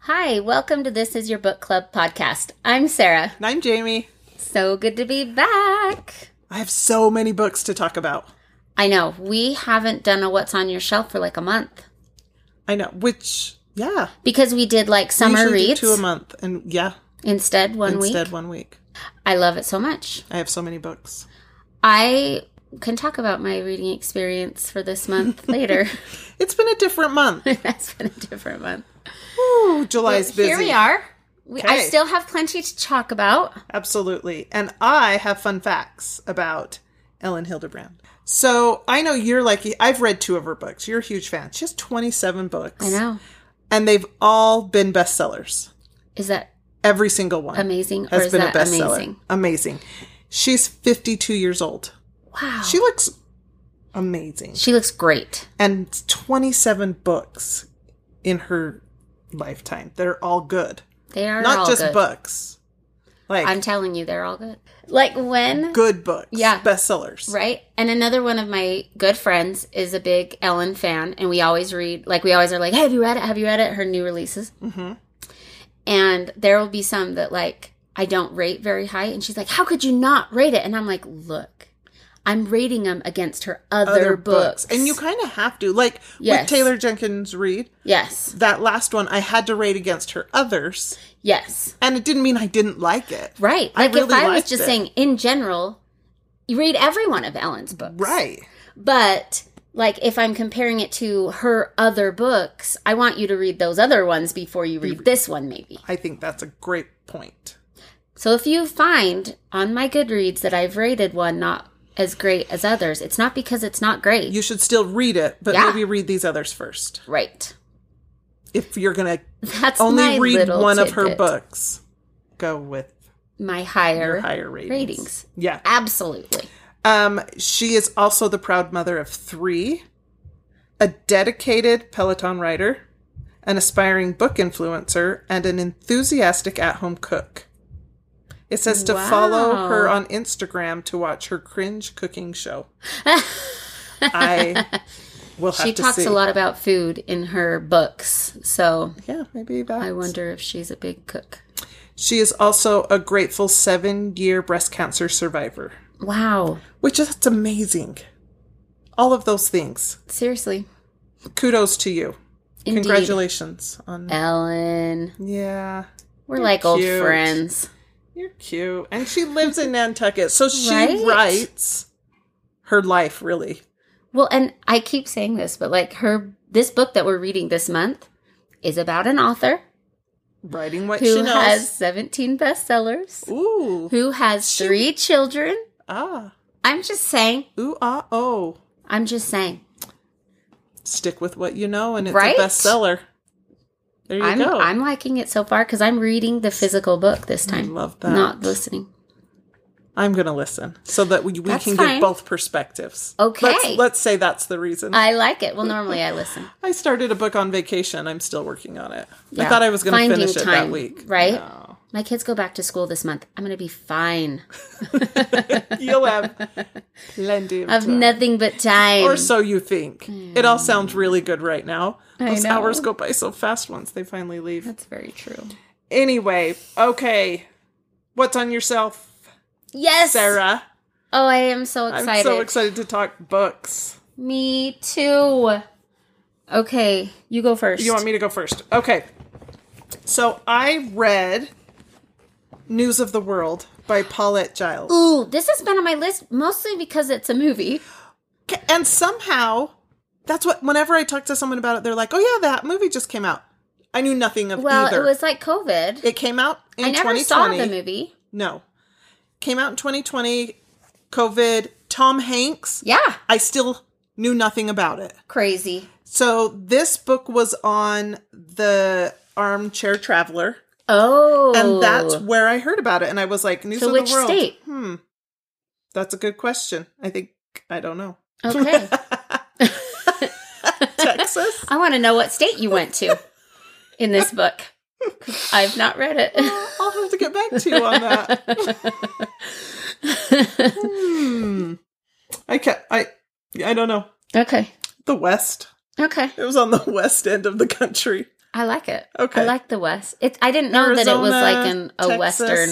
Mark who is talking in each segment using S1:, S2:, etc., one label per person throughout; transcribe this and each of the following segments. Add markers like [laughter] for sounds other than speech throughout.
S1: Hi, welcome to This Is Your Book Club podcast. I'm Sarah.
S2: And I'm Jamie.
S1: So good to be back.
S2: I have so many books to talk about.
S1: I know, we haven't done a What's on Your Shelf for like a month
S2: I know, which, yeah.
S1: because we did like
S2: we
S1: summer
S2: usually do
S1: reads
S2: Two a month. And yeah,
S1: instead one
S2: instead
S1: week.
S2: one week.
S1: I love it so much.
S2: I have so many books.
S1: I can talk about my reading experience for this month
S2: [laughs]
S1: later. [laughs]
S2: It's been a different month.
S1: That's been a different month.
S2: Ooh, July's busy.
S1: Here we are. We, I
S2: Okay.
S1: still have plenty to talk about.
S2: Absolutely. And I have fun facts about Ellen Hildebrand. So I know you're like, I've read two of her books. You're a huge fan. She has 27 books.
S1: I know.
S2: And they've all been bestsellers.
S1: Is that
S2: Every single one
S1: amazing or
S2: has
S1: is
S2: been a
S1: that
S2: bestseller.
S1: amazing?
S2: amazing. She's 52 years old.
S1: Wow.
S2: She looks amazing.
S1: she looks great.
S2: And 27 books in her lifetime. They're all good.
S1: They are
S2: Not
S1: all
S2: just
S1: good.
S2: books. Like
S1: I'm telling you, they're all good. Like when,
S2: good books.
S1: Yeah.
S2: Bestsellers.
S1: right? And another one of my good friends is a big Ellen fan, and we always read, like, we always are like, hey, have you read it? Have you read it? Her new releases.
S2: Mhm.
S1: And there will be some that, like, I don't rate very high. And she's like, how could you not rate it? And I'm like, look, I'm rating them against her other, books.
S2: And you kind of have to. Like
S1: Yes.
S2: with Taylor Jenkins Reid,
S1: Yes.
S2: that last one I had to rate against her others.
S1: Yes.
S2: And it didn't mean I didn't like it.
S1: Right.
S2: I
S1: Like, if
S2: really
S1: I was
S2: liked
S1: just
S2: it.
S1: saying, in general, you read every one of Ellen's books.
S2: Right.
S1: But like if I'm comparing it to her other books, I want you to read those other ones before you read this one maybe.
S2: I think that's a great point.
S1: So if you find on my Goodreads that I've rated one not as great as others, it's not because it's not great.
S2: You should still read it, but
S1: Yeah.
S2: maybe read these others first.
S1: right. [laughs]
S2: If you're going to
S1: That's my
S2: only read
S1: little
S2: one of her
S1: tidbit.
S2: books, go with
S1: My higher,
S2: your higher ratings.
S1: ratings.
S2: Yeah.
S1: Absolutely.
S2: Um, she is also the proud mother of three, a dedicated Peloton rider, an aspiring book influencer, and an enthusiastic at home cook. It says to
S1: Wow.
S2: follow her on Instagram to watch her cringe
S1: [laughs]
S2: cooking show. I will have
S1: She
S2: to
S1: talks
S2: see.
S1: a lot about food in her books, so
S2: Yeah, maybe that.
S1: I wonder if she's a big cook.
S2: She is also a grateful seven-year breast cancer survivor,
S1: Wow.
S2: which is that's amazing. All of those things.
S1: Seriously.
S2: Kudos to you.
S1: Indeed.
S2: Congratulations on
S1: Ellen.
S2: Yeah.
S1: We're like old
S2: cute.
S1: friends.
S2: You're cute. And she lives in [laughs] Nantucket. So she
S1: Right?
S2: writes her life, really.
S1: Well, and I keep saying this, but like her, this book that we're reading this month is about an author
S2: Writing what she
S1: who
S2: knows.
S1: has 17 bestsellers,
S2: Ooh.
S1: who has three children.
S2: Ah.
S1: I'm just saying.
S2: Ooh, ah, oh.
S1: I'm just saying.
S2: Stick with what you know, and it's
S1: Right?
S2: a bestseller. There you
S1: I'm,
S2: go.
S1: I'm liking it so far because I'm reading the physical book this time.
S2: love that.
S1: Not listening.
S2: I'm going to listen so that we, we
S1: That's
S2: can
S1: fine.
S2: give both perspectives.
S1: Okay.
S2: Let's, let's say that's the reason. I,
S1: I like it. Well, normally I listen.
S2: started a book on vacation. I'm still working on it.
S1: Yeah.
S2: [laughs] I thought I was going to
S1: Finding
S2: finish it
S1: time, [laughs]
S2: that week.
S1: right?
S2: No.
S1: My kids go back to school this month. I'm going to be fine.
S2: You'll have plenty of
S1: I have
S2: time.
S1: nothing but time.
S2: or so you think. It all sounds really good right now. Those
S1: Hmm. know.
S2: hours go by so fast once they finally leave.
S1: That's very true.
S2: Anyway, okay. What's on yourself,
S1: Yes.
S2: Sarah?
S1: Oh, I am so
S2: I'm
S1: excited.
S2: so excited to talk books.
S1: Me too. Okay, you go first.
S2: You want me to go first? Okay. So I read News of the World by Paulette Giles.
S1: Ooh, this has been on my list mostly because it's a movie.
S2: K- And somehow, that's what, whenever I talk to someone about it, they're like, oh yeah, that movie just came out. I knew nothing of
S1: Well,
S2: either.
S1: it was like COVID.
S2: it came out in
S1: I never
S2: 2020.
S1: saw the movie.
S2: No. Came out in 2020, COVID, Tom Hanks.
S1: Yeah,
S2: I still knew nothing about it.
S1: crazy.
S2: So this book was on the armchair traveler.
S1: Oh,
S2: And that's where I heard about it. And I was like, News
S1: So
S2: of
S1: which
S2: the World.
S1: state?
S2: Hmm. That's a good question. I think I
S1: [laughs]
S2: don't know. [laughs]
S1: okay. [laughs]
S2: Texas?
S1: I want to know what state you went to in this
S2: [laughs]
S1: book. 'Cause I've not read it.
S2: I'll have to get back to you on that. hmm. I can't I I don't know.
S1: [laughs] okay,
S2: The West.
S1: okay.
S2: [laughs] It was on the west end of the country.
S1: I like it.
S2: Okay.
S1: I like the West. It, I didn't know that it was like an, a Western.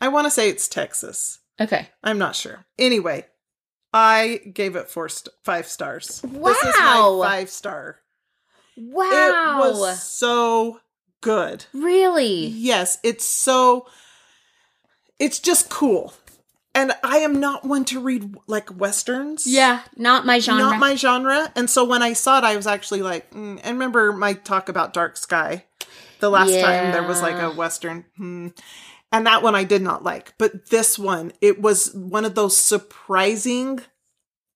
S2: I want to say it's Texas.
S1: Okay.
S2: I'm not sure. Anyway, I gave it four st- five stars. This is my
S1: Wow.
S2: five star.
S1: Wow.
S2: It was so good.
S1: really?
S2: Yes, it's so it's just cool. And I am not one to read like westerns.
S1: Yeah. Not my genre.
S2: Not my genre. And so when I saw it, I was actually like, mm. and remember my talk about Dark Sky the last time there was like
S1: Yeah.
S2: a Western. Hmm. And that one I did not like. But this one, it was one of those surprising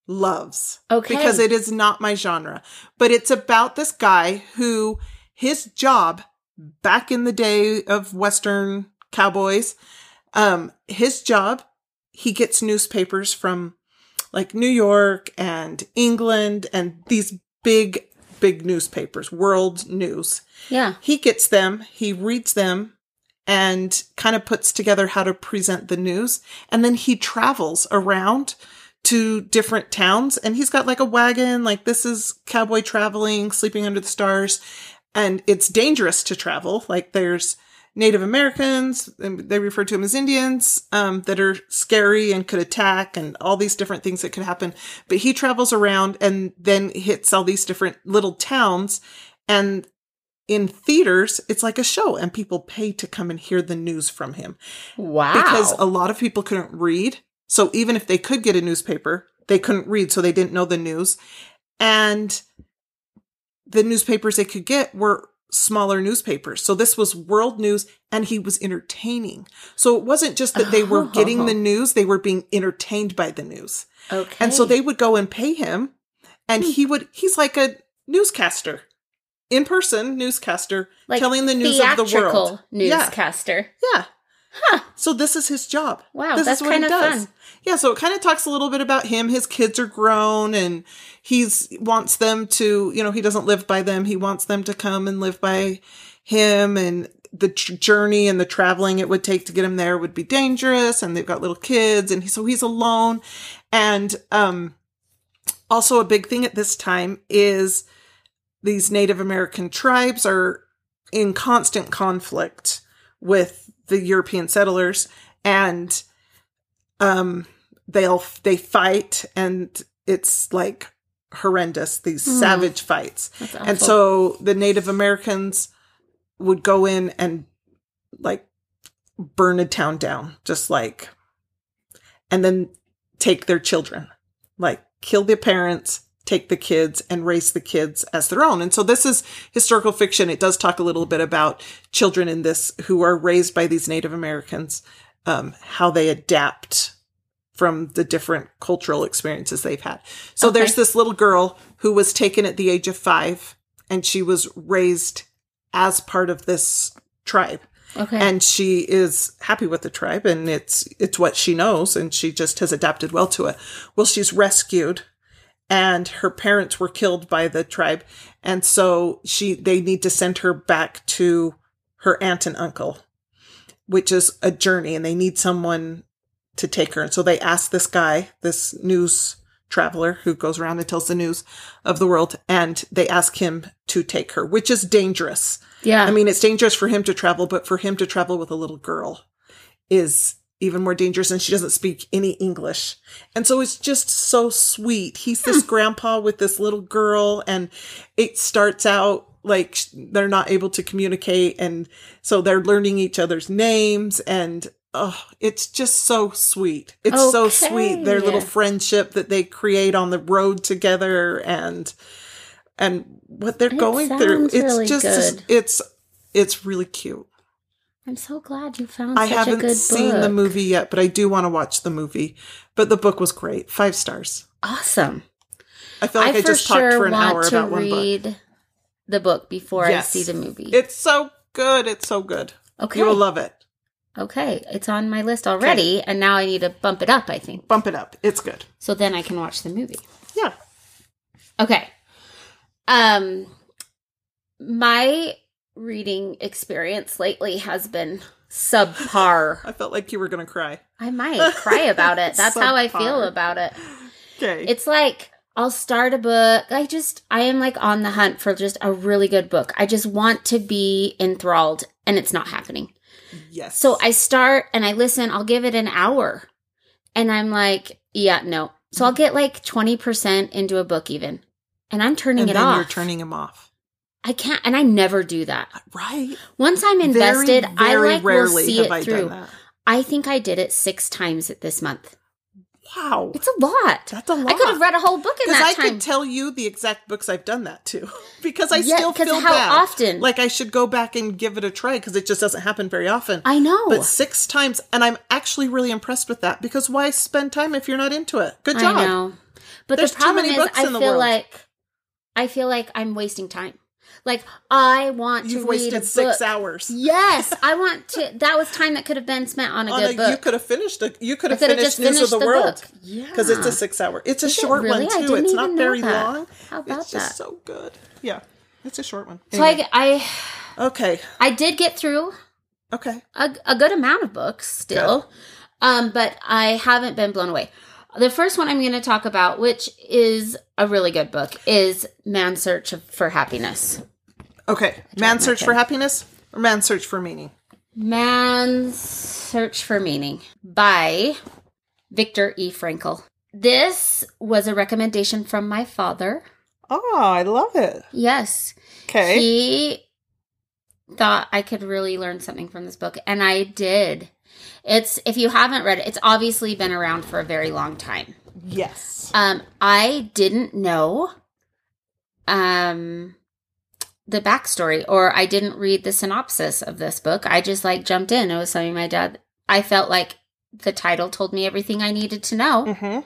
S2: loves.
S1: Okay.
S2: Because it is not my genre. But it's about this guy who his job back in the day of Western cowboys, um, his job, he gets newspapers from like New York and England and these big, big newspapers, world news.
S1: yeah.
S2: He gets them, he reads them, and kind of puts together how to present the news. And then he travels around to different towns and he's got like a wagon, like this is cowboy traveling, sleeping under the stars. And it's dangerous to travel. Like there's Native Americans, and they refer to them as Indians, um, that are scary and could attack and all these different things that could happen. But he travels around and then hits all these different little towns and in theaters, it's like a show and people pay to come and hear the news from him
S1: Wow.
S2: because a lot of people couldn't read. So even if they could get a newspaper, they couldn't read. So they didn't know the news. And the newspapers they could get were smaller newspapers. So this was world news and he was entertaining. So it wasn't just that they were getting the news, they were being entertained by the news.
S1: okay. Hmm.
S2: And so they would go and pay him, and he would, he's like a newscaster, in person newscaster,
S1: Like
S2: telling the news of
S1: theatrical
S2: the world. Yeah.
S1: newscaster.
S2: Yeah. So this is his job.
S1: Wow,
S2: this
S1: that's
S2: is what he
S1: kind of
S2: does.
S1: fun.
S2: Yeah, so it kind of talks a little bit about him. His kids are grown and he's wants them to, you know, he doesn't live by them. He wants them to come and live by him and the j- journey and the traveling it would take to get him there would be dangerous and they've got little kids and he, so he's alone and um also a big thing at this time is these Native American tribes are in constant conflict with the European settlers, and um, they'll they fight, and it's like horrendous these savage fights.
S1: That's
S2: And
S1: awful.
S2: so the Native Americans would go in and like burn a town down, just like, and then take their children, like kill the parents, take the kids, and raise the kids as their own. And so this is historical fiction. It does talk a little bit about children in this who are raised by these Native Americans, um, how they adapt from the different cultural experiences they've had. So
S1: Okay.
S2: there's this little girl who was taken at the age of five and she was raised as part of this tribe.
S1: Okay.
S2: And she is happy with the tribe and it's it's what she knows and she just has adapted well to it. Well, she's rescued and her parents were killed by the tribe and so she they need to send her back to her aunt and uncle which is a journey and they need someone to take her and so they asked this guy this news traveler who goes around and tells the news of the world and they ask him to take her which is dangerous
S1: yeah.
S2: i mean it's dangerous for him to travel but for him to travel with a little girl is even more dangerous and she doesn't speak any english and so it's just so sweet he's this
S1: Hmm.
S2: grandpa with this little girl and it starts out like sh- they're not able to communicate and so they're learning each other's names and oh it's just so sweet it's so sweet their
S1: Okay.
S2: little friendship that they create on the road together and and what they're
S1: It
S2: going through
S1: sounds
S2: it's
S1: really
S2: just
S1: good.
S2: it's it's really cute
S1: I'm so glad you found
S2: I
S1: such a
S2: haven't
S1: good
S2: seen
S1: book.
S2: the movie yet, but I do want to watch the movie. But the book was great. Five stars.
S1: Awesome.
S2: I feel like I,
S1: for
S2: just
S1: sure
S2: talked for an
S1: want
S2: hour
S1: to
S2: about one book.
S1: read the book before
S2: Yes.
S1: I see the movie.
S2: It's so good. It's so good.
S1: okay.
S2: You will love it.
S1: okay. It's on my list already, and now I need to bump it up, I think.
S2: Bump it up. It's good.
S1: So then I can watch the movie.
S2: Yeah.
S1: Okay. Um my reading experience lately has been subpar.
S2: [laughs] I felt like you were going to cry.
S1: I might cry about it. That's how I feel
S2: Subpar.
S1: about it.
S2: Okay.
S1: It's like I'll start a book. I just, I am like on the hunt for just a really good book. I just want to be enthralled and it's not happening.
S2: Yes.
S1: So I start and I listen, I'll give it an hour. And I'm like, yeah, no. So I'll get like 20% into a book even. And I'm turning
S2: and
S1: it
S2: then
S1: off.
S2: you're turning them off.
S1: I can't, and I never do that.
S2: Right.
S1: Once I'm
S2: Very,
S1: invested, I
S2: very
S1: like will see it through.
S2: that.
S1: I think I did it six times this month.
S2: Wow.
S1: It's a lot.
S2: That's a lot.
S1: I could have read a whole book in
S2: because
S1: that
S2: I
S1: time.
S2: could tell you the exact books I've done that to [laughs] because I
S1: Yeah,
S2: still
S1: 'cause
S2: feel
S1: how
S2: bad.
S1: often?
S2: Like I should go back and give it a try because it just doesn't happen very often.
S1: I know.
S2: But six times, and I'm actually really impressed with that because why spend time if you're not into it? Good job.
S1: I know. But
S2: There's
S1: the
S2: too
S1: problem
S2: many
S1: is
S2: books
S1: I
S2: in the
S1: feel
S2: world.
S1: like I feel like I'm wasting time. Like I want
S2: You've
S1: to read a
S2: wasted six
S1: book.
S2: hours.
S1: Yes,
S2: [laughs]
S1: I want to that was time that could have been spent on a
S2: On
S1: good
S2: a-
S1: book.
S2: you could have finished. A, you could
S1: I
S2: have
S1: could have
S2: finished,
S1: just
S2: News
S1: finished
S2: of the,
S1: the
S2: World
S1: book. Yeah.
S2: because it's a six hour. It's a
S1: Is it
S2: short
S1: really? I
S2: one too.
S1: didn't
S2: It's
S1: even
S2: not
S1: know
S2: very
S1: that.
S2: long.
S1: How about
S2: it's just
S1: that?
S2: so good. Yeah, it's a short one.
S1: so I
S2: Anyway.
S1: g- I
S2: okay,
S1: I did get through
S2: okay.
S1: a, a good amount of books still, um, but I haven't been blown away. The first one I'm going to talk about, which is a really good book, is Man's Search for Happiness.
S2: Okay. Man
S1: my
S2: search for
S1: pen.
S2: happiness or man search for meaning?
S1: Man's Search for Meaning by Victor E. Frankl. This was a recommendation from my father.
S2: Oh, I love it.
S1: Yes.
S2: Okay.
S1: He thought I could really learn something from this book, and I did. It's if you haven't read it, it's obviously been around for a very long time.
S2: yes.
S1: Um, I didn't know um the backstory, or I didn't read the synopsis of this book. I just like jumped in. It was something my dad. I felt like the title told me everything I needed to know
S2: hmm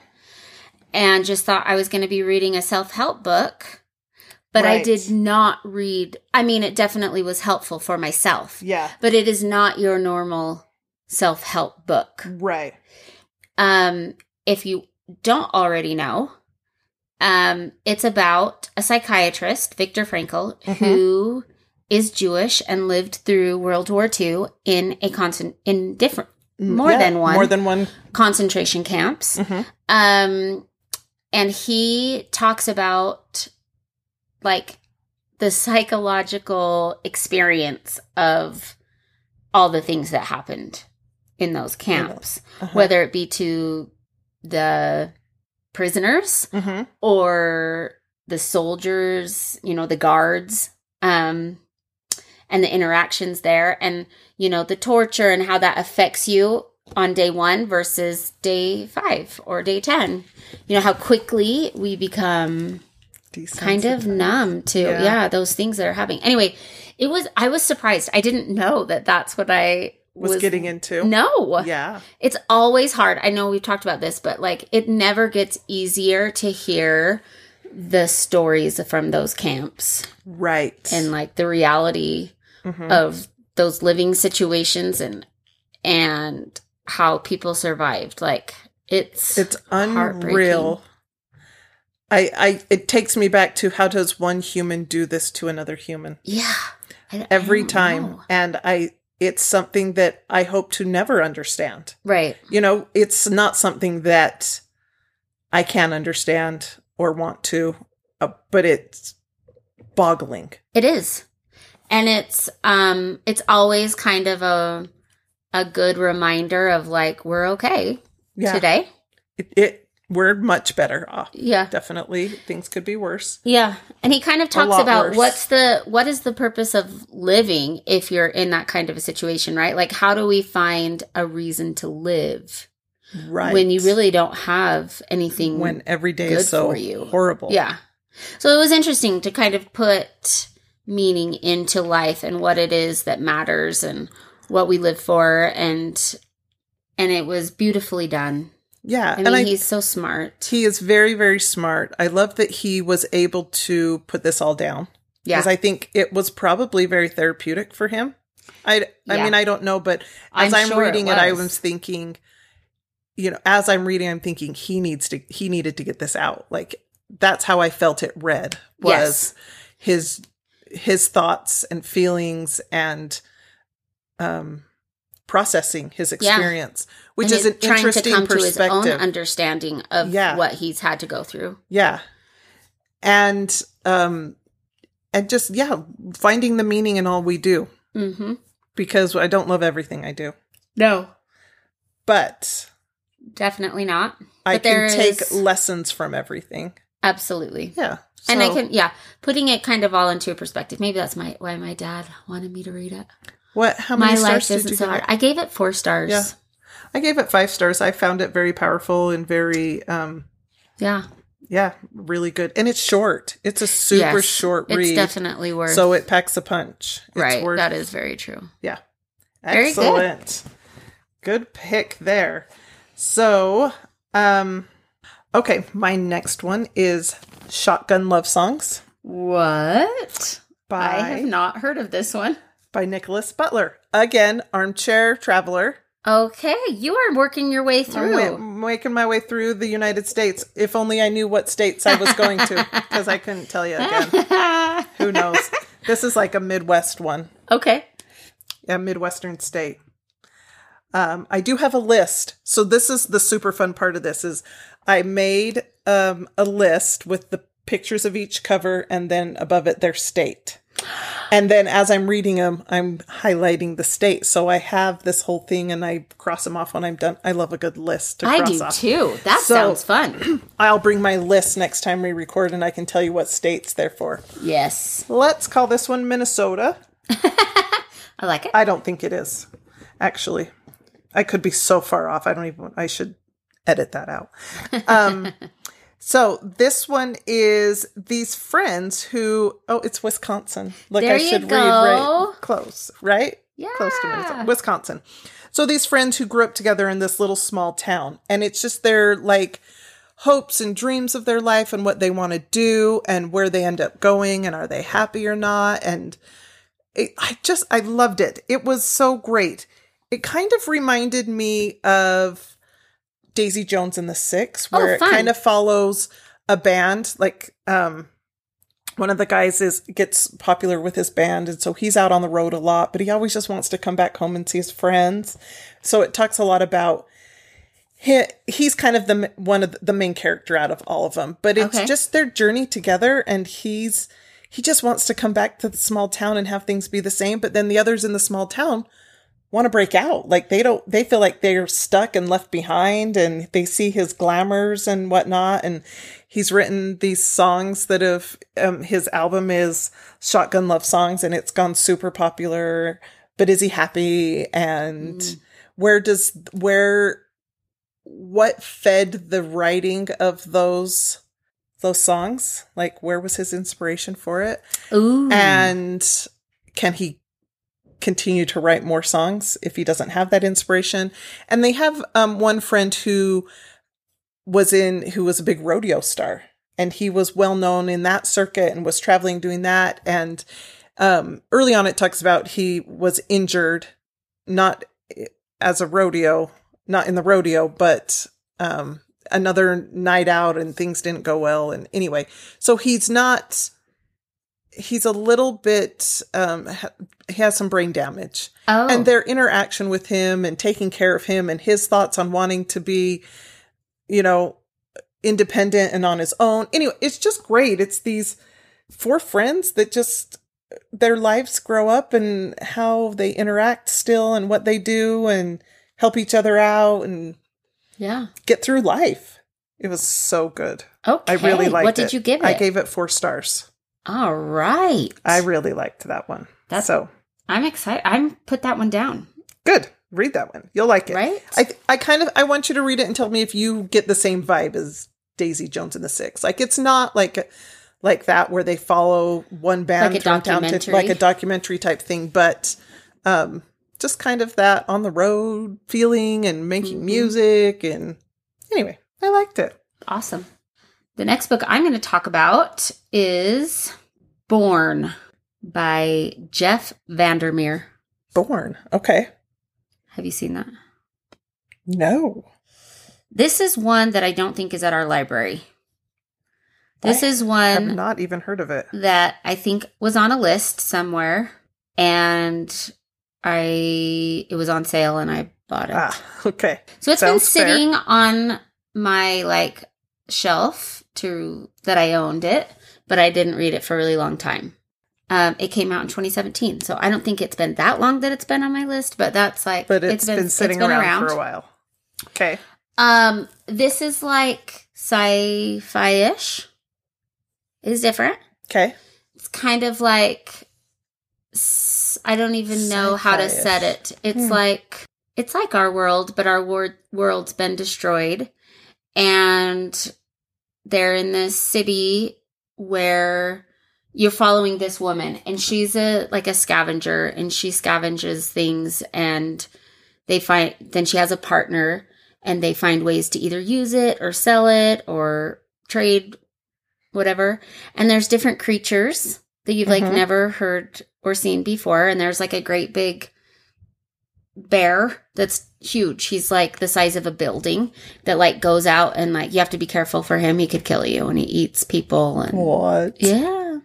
S1: and just thought I was going to be reading a self help book. But I
S2: Right.
S1: did not read. I mean, it definitely was helpful for myself,
S2: Yeah.
S1: but it is not your normal self help book.
S2: Right.
S1: Um, if you don't already know, um, it's about a psychiatrist, Viktor Frankl,
S2: Mhm.
S1: who is Jewish and lived through World War II in a constant in different More than one.
S2: More than one.
S1: concentration camps.
S2: Mhm.
S1: Um, and he talks about like the psychological experience of all the things that happened in those camps,
S2: Uh-huh.
S1: whether it be to the prisoners
S2: Mhm.
S1: or the soldiers, you know, the guards, um, and the interactions there, and you know, the torture and how that affects you on day one versus day five or day 10. You know, how quickly we become kind of numb to,
S2: Yeah.
S1: yeah. those things that are happening. Anyway, it was, I was surprised. I didn't know that that's what I
S2: was, getting into.
S1: No.
S2: Yeah.
S1: It's always hard. I know we've talked about this, but like it never gets easier to hear the stories from those camps
S2: Right.
S1: and like the reality
S2: Mhm.
S1: of those living situations and and how people survived. Like it's,
S2: it's unreal. I, I it takes me back to how does one human do this to another human?
S1: yeah. I- I
S2: every
S1: don't
S2: time
S1: know.
S2: and i it's something that i hope to never understand
S1: Right.
S2: you know it's not something that i can understand or want to uh, but it's boggling
S1: It is. And it's um it's always kind of a a good reminder of like we're okay
S2: yeah
S1: today.
S2: it, it we're much better off
S1: Yeah.
S2: definitely things could be worse
S1: Yeah. And he kind of talks
S2: lot
S1: about
S2: worse.
S1: what's the what is the purpose of living if you're in that kind of a situation, right? Like how do we find a reason to live
S2: right
S1: when you really don't have anything
S2: when every day is
S1: good
S2: so
S1: for you.
S2: horrible
S1: Yeah. So it was interesting to kind of put meaning into life and what it is that matters and what we live for and and it was beautifully done.
S2: yeah
S1: I mean,
S2: and i
S1: he's so smart.
S2: he is very very smart i love that he was able to put this all down
S1: Yeah.
S2: because I think it was probably very therapeutic for him. I, I
S1: Yeah.
S2: mean, I don't know, but
S1: I'm
S2: as I'm,
S1: sure it
S2: reading it, I
S1: was.
S2: was thinking, you know, as I'm reading, I'm thinking he needs to, he needed to get this out. Like that's how I felt it read was his, his thoughts and feelings and, um, processing his experience, which
S1: And
S2: is
S1: it-
S2: an interesting
S1: to his own
S2: perspective.
S1: understanding of
S2: Yeah.
S1: what he's had to go through.
S2: yeah. and um and just yeah, finding the meaning in all we do
S1: Mm-hmm.
S2: because I don't love everything I do.
S1: No,
S2: But
S1: definitely not.
S2: I
S1: But there
S2: can take
S1: is-
S2: lessons from everything.
S1: Absolutely.
S2: Yeah.
S1: and I
S2: So,
S1: can, yeah, putting it kind of all into a perspective. Maybe that's my why my dad wanted me to read it.
S2: what how
S1: my
S2: many
S1: life
S2: stars did
S1: isn't
S2: you
S1: so
S2: give
S1: hard.
S2: it?
S1: I gave it four stars.
S2: Yeah. I gave it 5 stars. I found it very powerful and very um
S1: Yeah.
S2: yeah, really good. And it's short. It's a super
S1: Yes.
S2: short
S1: It's
S2: read.
S1: definitely worth.
S2: so it packs a punch. It's
S1: right.
S2: worth-
S1: That is very true. Very good.
S2: Excellent. good. pick there. So, um okay, my next one is Shotgun Love Songs
S1: What?
S2: by
S1: I have not heard of this one.
S2: by Nicholas Butler. Again, armchair traveler.
S1: Okay, you are working your way
S2: I'm
S1: through.
S2: wa- making my way through the United States. If only I knew what states I was going to, because I couldn't tell you again.
S1: [laughs]
S2: Who knows? This is like a Midwest one,
S1: okay.
S2: a Midwestern state. Um, I do have a list. So this is the super fun part of this is I made um, a list with the pictures of each cover and then above it their state. And then as I'm reading them, I'm highlighting the state. So I have this whole thing and I cross them off when I'm done. I love a good list to
S1: I
S2: cross
S1: do
S2: off.
S1: too. That
S2: So-
S1: sounds
S2: [clears throat]
S1: fun.
S2: I'll bring my list next time we record and I can tell you what states they're for.
S1: yes.
S2: Let's call this one Minnesota.
S1: I like it.
S2: I don't think it is, actually. I could be so far off. I don't even, I should edit that out. Um,
S1: [laughs]
S2: so this one is these friends who, oh, it's Wisconsin. Like
S1: There
S2: I
S1: you
S2: should read right
S1: go.
S2: close, right?
S1: yeah.
S2: Close to Minnesota, Wisconsin. So these friends who grew up together in this little small town, and it's just their like hopes and dreams of their life and what they want to do and where they end up going and are they happy or not and it, I just I loved it. It was so great. It kind of reminded me of Daisy Jones and the Six, where it
S1: fun.
S2: kind of follows a band. Like um, one of the guys is gets popular with his band, and so he's out on the road a lot, but he always just wants to come back home and see his friends. So it talks a lot about. He, he's kind of the m- one of the- the main character out of all of them, but it's
S1: Okay.
S2: just their journey together, and he's he just wants to come back to the small town and have things be the same but then the others in the small town want to break out like they don't they feel like they're stuck and left behind and they see his glamours and whatnot and he's written these songs that have um, his album is shotgun love songs and it's gone super popular but is he happy and where does where what fed the writing of those those songs like where was his inspiration for it
S1: Ooh.
S2: and can he continue to write more songs if he doesn't have that inspiration and they have um, one friend who was in who was a big rodeo star and he was well known in that circuit and was traveling doing that and um, early on it talks about he was injured not eh, as a rodeo not in the rodeo but um, another night out and things didn't go well and anyway so he's not he's a little bit um, ha- he has some brain damage
S1: oh.
S2: and their interaction with him and taking care of him and his thoughts on wanting to be you know independent and on his own anyway it's just great it's these four friends that just their lives grow up and how they interact still and what they do and help each other out and
S1: yeah.
S2: get through life it was so good
S1: Okay.
S2: i really liked it
S1: What did you give it?
S2: i gave it four stars
S1: All right.
S2: i really liked that one
S1: That's-
S2: so
S1: I'm excited. I'm put that one down.
S2: Good. Read that one. You'll like it.
S1: Right?
S2: I th- I kind of I want you to read it and tell me if you get the same vibe as Daisy Jones and the Six. Like it's not like like that where they follow one band
S1: Like a
S2: from town to
S1: documentary.
S2: like a documentary type thing, but um just kind of that on the road feeling and making music and anyway, I liked it.
S1: Awesome. The next book I'm going to talk about is Born by Jeff Vandermeer.
S2: Born. Okay.
S1: Have you seen that?
S2: No.
S1: This is one that I don't think is at our library. This is one
S2: I've not even heard of it.
S1: that I think was on a list somewhere and I it was on sale and I bought it.
S2: Ah, okay.
S1: so it's been
S2: sounds fair.
S1: sitting on my like shelf to that I owned it but I didn't read it for a really long time. Um, it came out in 2017, so I don't think it's been that long that it's been on my list, but that's like
S2: But it's been, sitting around, for a while. Okay.
S1: Um, this is like sci-fi ish. It's different.
S2: Okay.
S1: It's kind of like s- I don't even know how to
S2: Sci-fi-ish.
S1: set it. It's
S2: Hmm.
S1: like it's like our world, but our wor- world's been destroyed, and they're in this city where you're following this woman, and she's a like a scavenger, and she scavenges things, and they find then she has a partner, and they find ways to either use it or sell it or trade whatever and there's different creatures that you've like
S2: Mhm.
S1: never heard or seen before and there's like a great big bear that's huge he's like the size of a building that like goes out and like you have to be careful for him he could kill you and he eats people and
S2: What?
S1: yeah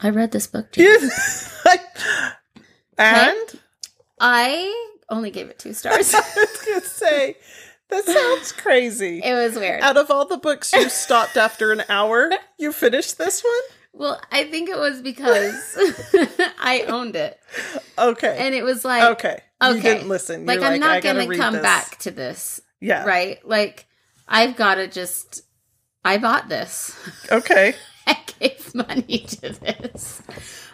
S1: i read this book too
S2: and
S1: i only gave it two stars [laughs]
S2: [laughs] I was gonna say that sounds crazy.
S1: it was weird
S2: Out of all the books you stopped after an hour, you finished this one?
S1: well i think it was because [laughs] i owned it
S2: Okay.
S1: and it was like
S2: okay.
S1: okay.
S2: You didn't listen.
S1: like
S2: You're
S1: i'm
S2: I
S1: not
S2: gotta
S1: gonna
S2: read
S1: come
S2: this.
S1: back to this
S2: Yeah.
S1: right? Like, I've got to just, I bought this. [laughs]
S2: Okay.
S1: I gave money to this.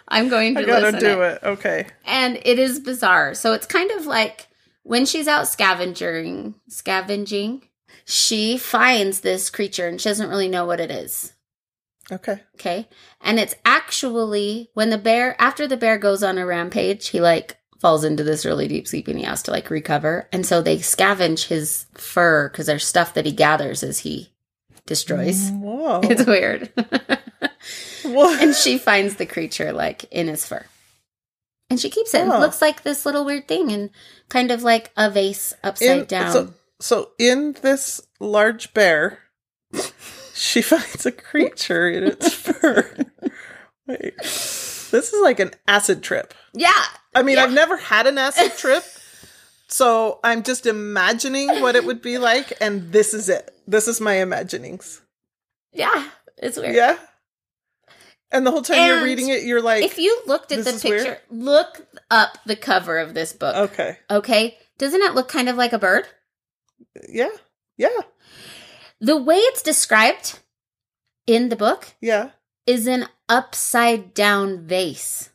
S1: I'm going to
S2: I gotta
S1: listen
S2: do
S1: it.
S2: it. Okay.
S1: And it is bizarre. So it's kind of like when she's out scavenging, scavenging, she finds this creature and she doesn't really know what it is.
S2: Okay.
S1: Okay. And it's actually when the bear, after the bear goes on a rampage, he like falls into this really deep sleep and he has to like recover. And so they scavenge his fur because there's stuff that he gathers as he destroys.
S2: Whoa.
S1: [laughs] It's weird. [laughs]
S2: What?
S1: and she finds the creature like in his fur. And she keeps it.
S2: Oh.
S1: It looks like this little weird thing and kind of like a vase upside
S2: In-
S1: down.
S2: so- So in this large bear, she [laughs] finds a creature in
S1: [laughs]
S2: its fur. Wait, this is like an acid trip.
S1: yeah.
S2: I mean,
S1: Yeah.
S2: I've never had an
S1: [laughs]
S2: acid trip, so I'm just imagining what it would be like, and this is it. This is my imaginings.
S1: Yeah. It's weird.
S2: Yeah. And the whole time you're
S1: And
S2: reading it, you're like,
S1: If you looked at the
S2: This is
S1: picture,
S2: weird.
S1: look up the cover of this book.
S2: okay,
S1: Okay. Doesn't it look kind of like a bird?
S2: yeah, yeah,
S1: The way it's described in the book
S2: yeah.
S1: is an upside down vase.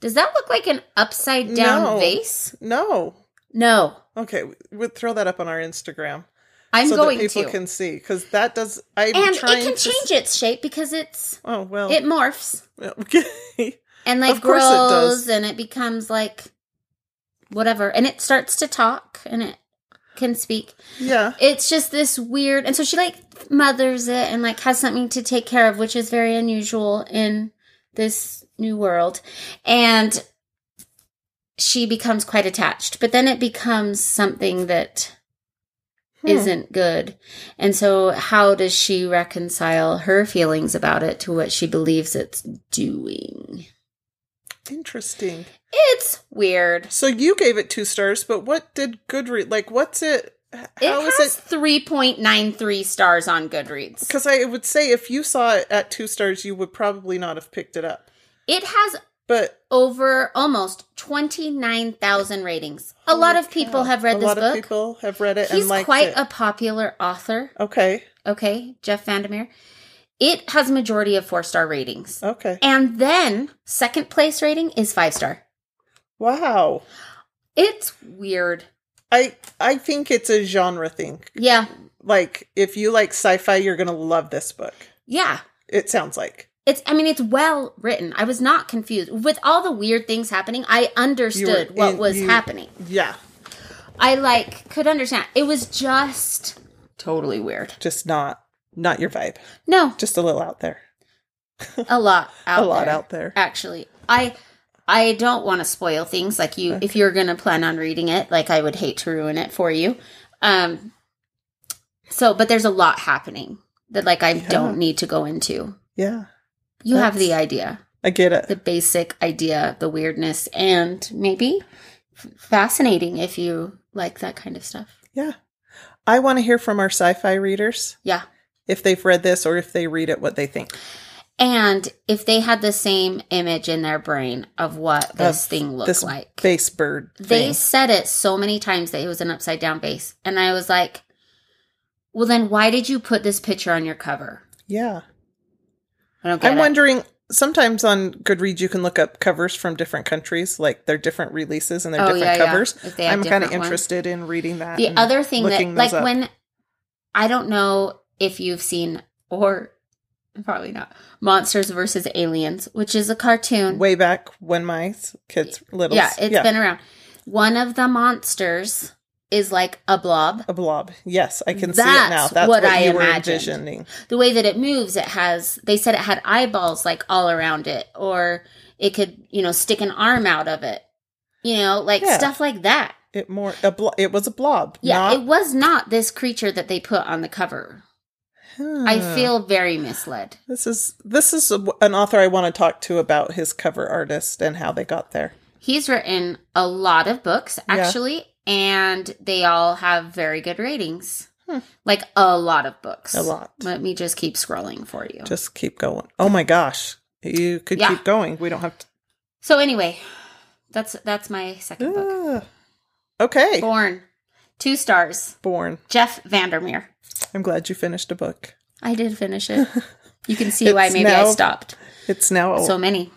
S1: Does that look like an upside down
S2: No.
S1: vase?
S2: No,
S1: No.
S2: okay, we- we'll throw that up on our Instagram.
S1: I'm
S2: so
S1: going
S2: that people
S1: to.
S2: can see because that does. I'm
S1: and it
S2: trying
S1: can
S2: to
S1: change its shape because it's
S2: Oh well.
S1: it morphs
S2: [laughs] okay.
S1: and like
S2: Of course it
S1: grows
S2: does.
S1: and it becomes like whatever and it starts to talk and it can speak.
S2: Yeah.
S1: It's just this weird and so she like mothers it and like has something to take care of, which is very unusual in this new world. And she becomes quite attached, but then it becomes something that
S2: Hmm.
S1: not good. And so how does she reconcile her feelings about it to what she believes it's doing?
S2: interesting.
S1: It's weird.
S2: So you gave it two stars, but what did Goodread like? What's it? h-
S1: It
S2: How is
S1: has
S2: it?
S1: 3.93 stars on Goodreads.
S2: Because I would say if you saw it at two stars, you would probably not have picked it up.
S1: It has
S2: But
S1: over almost 29,000 ratings. A lot of people have read
S2: a
S1: this
S2: lot
S1: book.
S2: of people have read it and
S1: He's
S2: liked
S1: quite
S2: it.
S1: a popular author.
S2: okay.
S1: Okay, Jeff Vandermeer. It has a majority of four star ratings.
S2: Okay.
S1: And then second place rating is five star.
S2: Wow.
S1: It's weird.
S2: I I think it's a genre thing.
S1: Yeah.
S2: Like if you like sci-fi, you're gonna love this book.
S1: Yeah.
S2: It sounds like
S1: It's I mean it's well written. I was not confused. With all the weird things happening, I understood what
S2: in-
S1: was
S2: you-
S1: happening.
S2: yeah,
S1: I like could understand. It was just totally weird.
S2: just not not your vibe.
S1: No,
S2: Just a little out there.
S1: a lot out
S2: a lot
S1: there,
S2: out there.
S1: Actually, I I don't want to spoil things like you if you're going to plan on reading it, like I would hate to ruin it for you. Um so but there's a lot happening that like I don't need to go into.
S2: Yeah,
S1: You have
S2: That's-
S1: the idea.
S2: I get it.
S1: the basic idea, the weirdness, and maybe f- fascinating if you like that kind of stuff.
S2: Yeah. I want to hear from our sci fi readers
S1: Yeah.
S2: if they've read this or if they read it, what they think.
S1: And if they had the same image in their brain of what this
S2: Of
S1: thing looked
S2: this
S1: like,
S2: Face bird.
S1: they
S2: thing.
S1: said it so many times that it was an upside down base. And I was like, well, then why did you put this picture on your cover?
S2: Yeah.
S1: I don't get
S2: I'm
S1: it.
S2: wondering. Sometimes on Goodreads, you can look up covers from different countries, like their different releases and their
S1: Oh,
S2: different
S1: yeah, yeah.
S2: covers.
S1: If they have
S2: I'm kind of
S1: different ones.
S2: interested in reading that.
S1: the
S2: and-
S1: other thing that
S2: looking
S1: like
S2: those up.
S1: when i don't know if you've seen or [laughs] probably not monsters versus aliens which is a cartoon
S2: way back when my s- kids were little.
S1: yeah it's been around one of the monsters is like a blob
S2: a blob. Yes, I can see it
S1: That's
S2: now. That's
S1: what
S2: what,
S1: I
S2: you were
S1: imagined.
S2: envisioning.
S1: the way that it moves it has they said it had eyeballs like all around it or it could you know stick an arm out of it you know like
S2: Yeah.
S1: stuff like that
S2: It more a blo- it was a blob.
S1: yeah
S2: not-
S1: it was not this creature that they put on the cover i
S2: Hmm.
S1: feel very misled
S2: this is this is a, an author I want to talk to about his cover artist and how they got there.
S1: He's written a lot of books,
S2: Yeah.
S1: actually, and they all have very good ratings.
S2: Hmm.
S1: Like a lot of books.
S2: A lot.
S1: Let me just keep scrolling for you.
S2: Just keep going. Oh my gosh, you could
S1: Yeah.
S2: keep going. We don't have to.
S1: so anyway, that's that's my second book.
S2: Ah. Okay,
S1: Born. Two stars.
S2: born.
S1: Jeff Vandermeer.
S2: I'm glad you finished a book.
S1: I did finish
S2: [laughs]
S1: it. You can see why
S2: It's
S1: maybe I
S2: now- oh.
S1: stopped.
S2: It's now
S1: So many.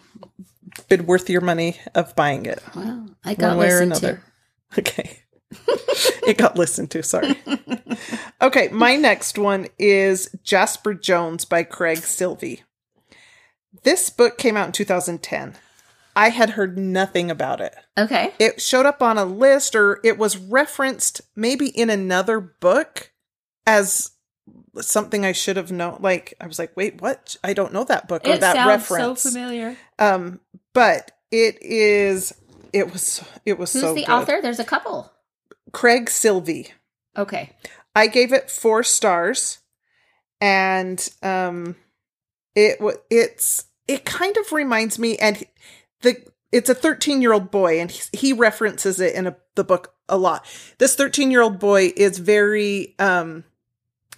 S2: been worth your money of buying it.
S1: Well, I got
S2: One way or
S1: listened
S2: another. Okay. [laughs] it got listened to, sorry. Okay, my next one is Jasper Jones by Craig Sylvie. This book came out in 2010. I had heard nothing about it.
S1: to. Okay.
S2: It showed up on a list or it was referenced maybe in another book as something I should have known. Like, I was like, wait, what? I don't know that book or that reference.
S1: familiar.
S2: Um, but it is, it was, it was
S1: Who's
S2: so
S1: the
S2: good.
S1: author? There's a couple.
S2: Craig Sylvie.
S1: Okay.
S2: I gave it four stars, and um, it wa it's it kind of reminds me, and the it's a thirteen year old boy, and he, he references it in a, the book a lot. This thirteen year old boy is very um,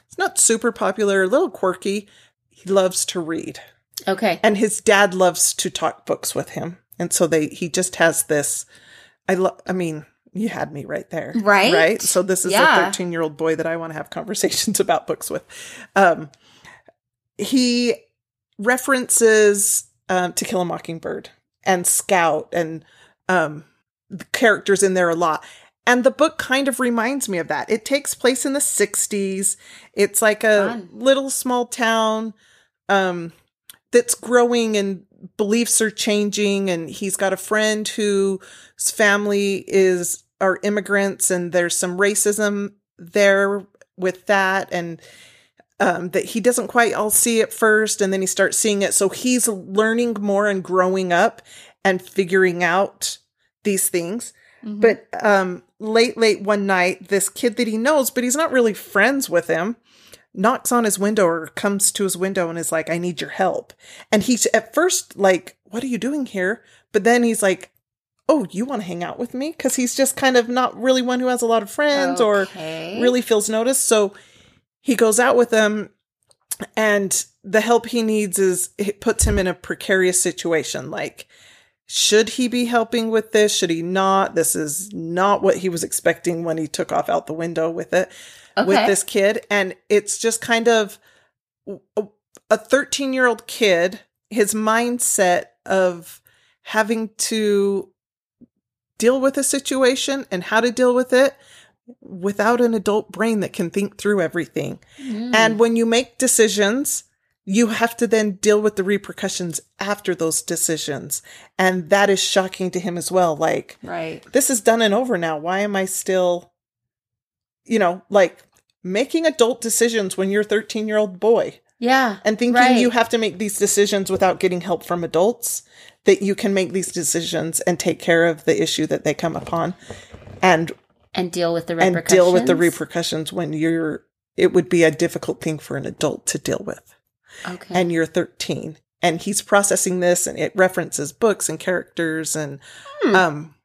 S2: it's not super popular, a little quirky. He loves to read,
S1: Okay.
S2: and his dad loves to talk books with him, and so they he just has this. I love. I mean. You had me right there
S1: Right?
S2: right so this is
S1: Yeah.
S2: a 13 year old boy that i want to have conversations [laughs] about books with um he references um to kill a mockingbird and scout and um the characters in there a lot and the book kind of reminds me of that it takes place in the 60s it's like a
S1: Fun.
S2: little small town um that's growing and beliefs are changing and he's got a friend whose family is are immigrants and there's some racism there with that and um, that he doesn't quite all see at first and then he starts seeing it so he's learning more and growing up and figuring out these things
S1: Mhm.
S2: but um, late, late one night, this kid that he knows, but he's not really friends with him, knocks on his window or comes to his window and is like, I need your help. And he's at first like, What are you doing here? But then he's like, Oh, you want to hang out with me? Because he's just kind of not really one who has a lot of friends
S1: Oh,
S2: or
S1: Okay.
S2: really feels noticed. So he goes out with them, and the help he needs is it puts him in a precarious situation. Like, should he be helping with this? Should he not? This is not what he was expecting when he took off out the window with it
S1: okay.
S2: with this kid and it's just kind of a 13 year old kid his mindset of having to deal with a situation and how to deal with it without an adult brain that can think through everything
S1: Mm.
S2: and when you make decisions you have to then deal with the repercussions after those decisions and that is shocking to him as well like
S1: Right.
S2: this is done and over now. Why am I still, you know, like making adult decisions when you're a 13 year old boy
S1: Yeah.
S2: and thinking
S1: Right.
S2: you have to make these decisions without getting help from adults, that you can make these decisions and take care of the issue that they come upon and
S1: And deal with the
S2: and
S1: repercussions.
S2: deal with the repercussions when you're it would be a difficult thing for an adult to deal with
S1: Okay.
S2: and you're 13 and he's processing this and it references books and characters and
S1: Hmm.
S2: um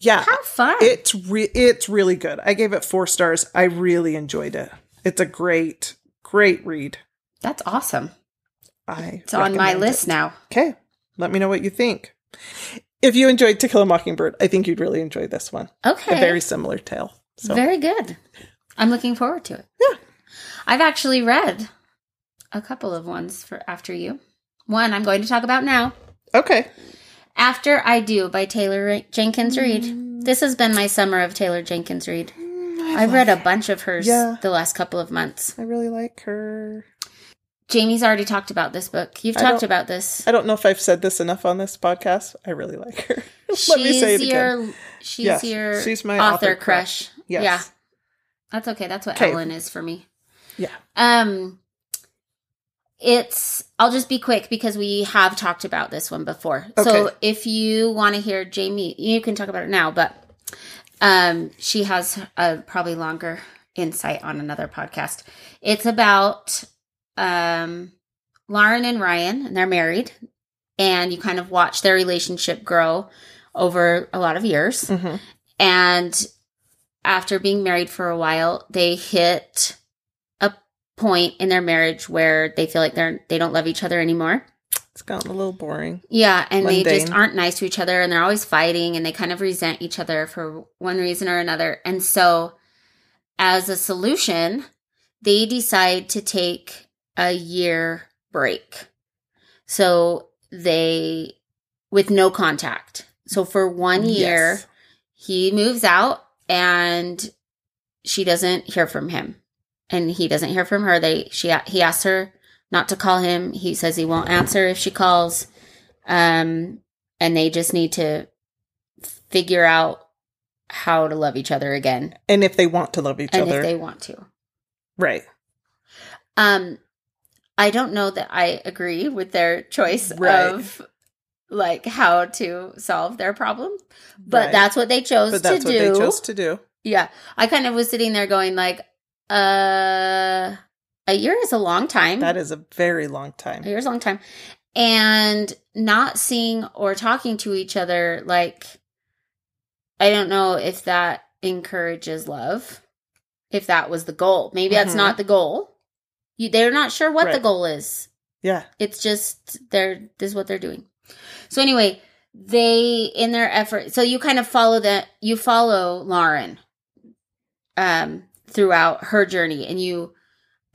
S2: yeah
S1: How fun.
S2: it's re- it's really good. I gave it four stars. I really enjoyed it. It's a great, great read.
S1: That's awesome.
S2: I
S1: It's on my
S2: recommend
S1: list
S2: it.
S1: now.
S2: Okay. Let me know what you think. If you enjoyed To Kill a Mockingbird, I think you'd really enjoy this one.
S1: Okay.
S2: A very similar tale. So
S1: Very good. I'm looking forward to it. Yeah. I've actually read a couple of ones for after you. One I'm going to talk about now.
S2: okay.
S1: After I Do by Taylor Jenkins
S2: Mm.
S1: Reid. This has been my summer of Taylor Jenkins Reid. I've read a bunch of hers
S2: Yeah.
S1: the last couple of months.
S2: I really like her.
S1: Jamie's already talked about this book. You've
S2: I
S1: talked
S2: don't-
S1: about this.
S2: I don't know if I've said this enough on this podcast. I really like her.
S1: She's
S2: [laughs] Let me say it again.
S1: your she's
S2: Yes,
S1: your
S2: she's my
S1: author,
S2: author
S1: crush.
S2: crush. Yes.
S1: Yeah. That's okay. That's what
S2: Okay.
S1: Ellen is for me.
S2: Yeah.
S1: Um it's I'll just be quick because we have talked about this one before. So
S2: Okay.
S1: if you want to hear Jamie, you can talk about it now, but um she has a probably longer insight on another podcast. It's about um Lauren and Ryan and they're married and you kind of watch their relationship grow over a lot of years
S2: hmm
S1: and after being married for a while they hit a point in their marriage where they feel like they're they don't love each other anymore
S2: It's gotten a little boring.
S1: yeah and they just
S2: Mundane.
S1: aren't nice to each other and they're always fighting and they kind of resent each other for one reason or another and so as a solution they decide to take a year break so they with no contact so for one year
S2: Yes.
S1: he moves out and she doesn't hear from him and he doesn't hear from her they she he asks her not to call him he says he won't answer if she calls um and they just need to figure out how to love each other again
S2: And if they want to love each
S1: and
S2: other.
S1: if they want to
S2: right.
S1: um i don't know that i agree with their choice
S2: Right.
S1: of like how to solve their problem but
S2: Right.
S1: that's what they chose
S2: But that's
S1: to
S2: what
S1: do
S2: they chose to do.
S1: Yeah. I kind of was sitting there going like, uh a year is a long time.
S2: That is a very long time.
S1: a year is a long time. And not seeing or talking to each other, like I don't know if that encourages love. If that was the goal. Maybe that's
S2: Mhm.
S1: not the goal. You, they're not sure what the
S2: Right.
S1: goal is
S2: Yeah.
S1: it's just they're this is what they're doing so anyway they in their effort so you kind of follow that you follow lauren um throughout her journey and you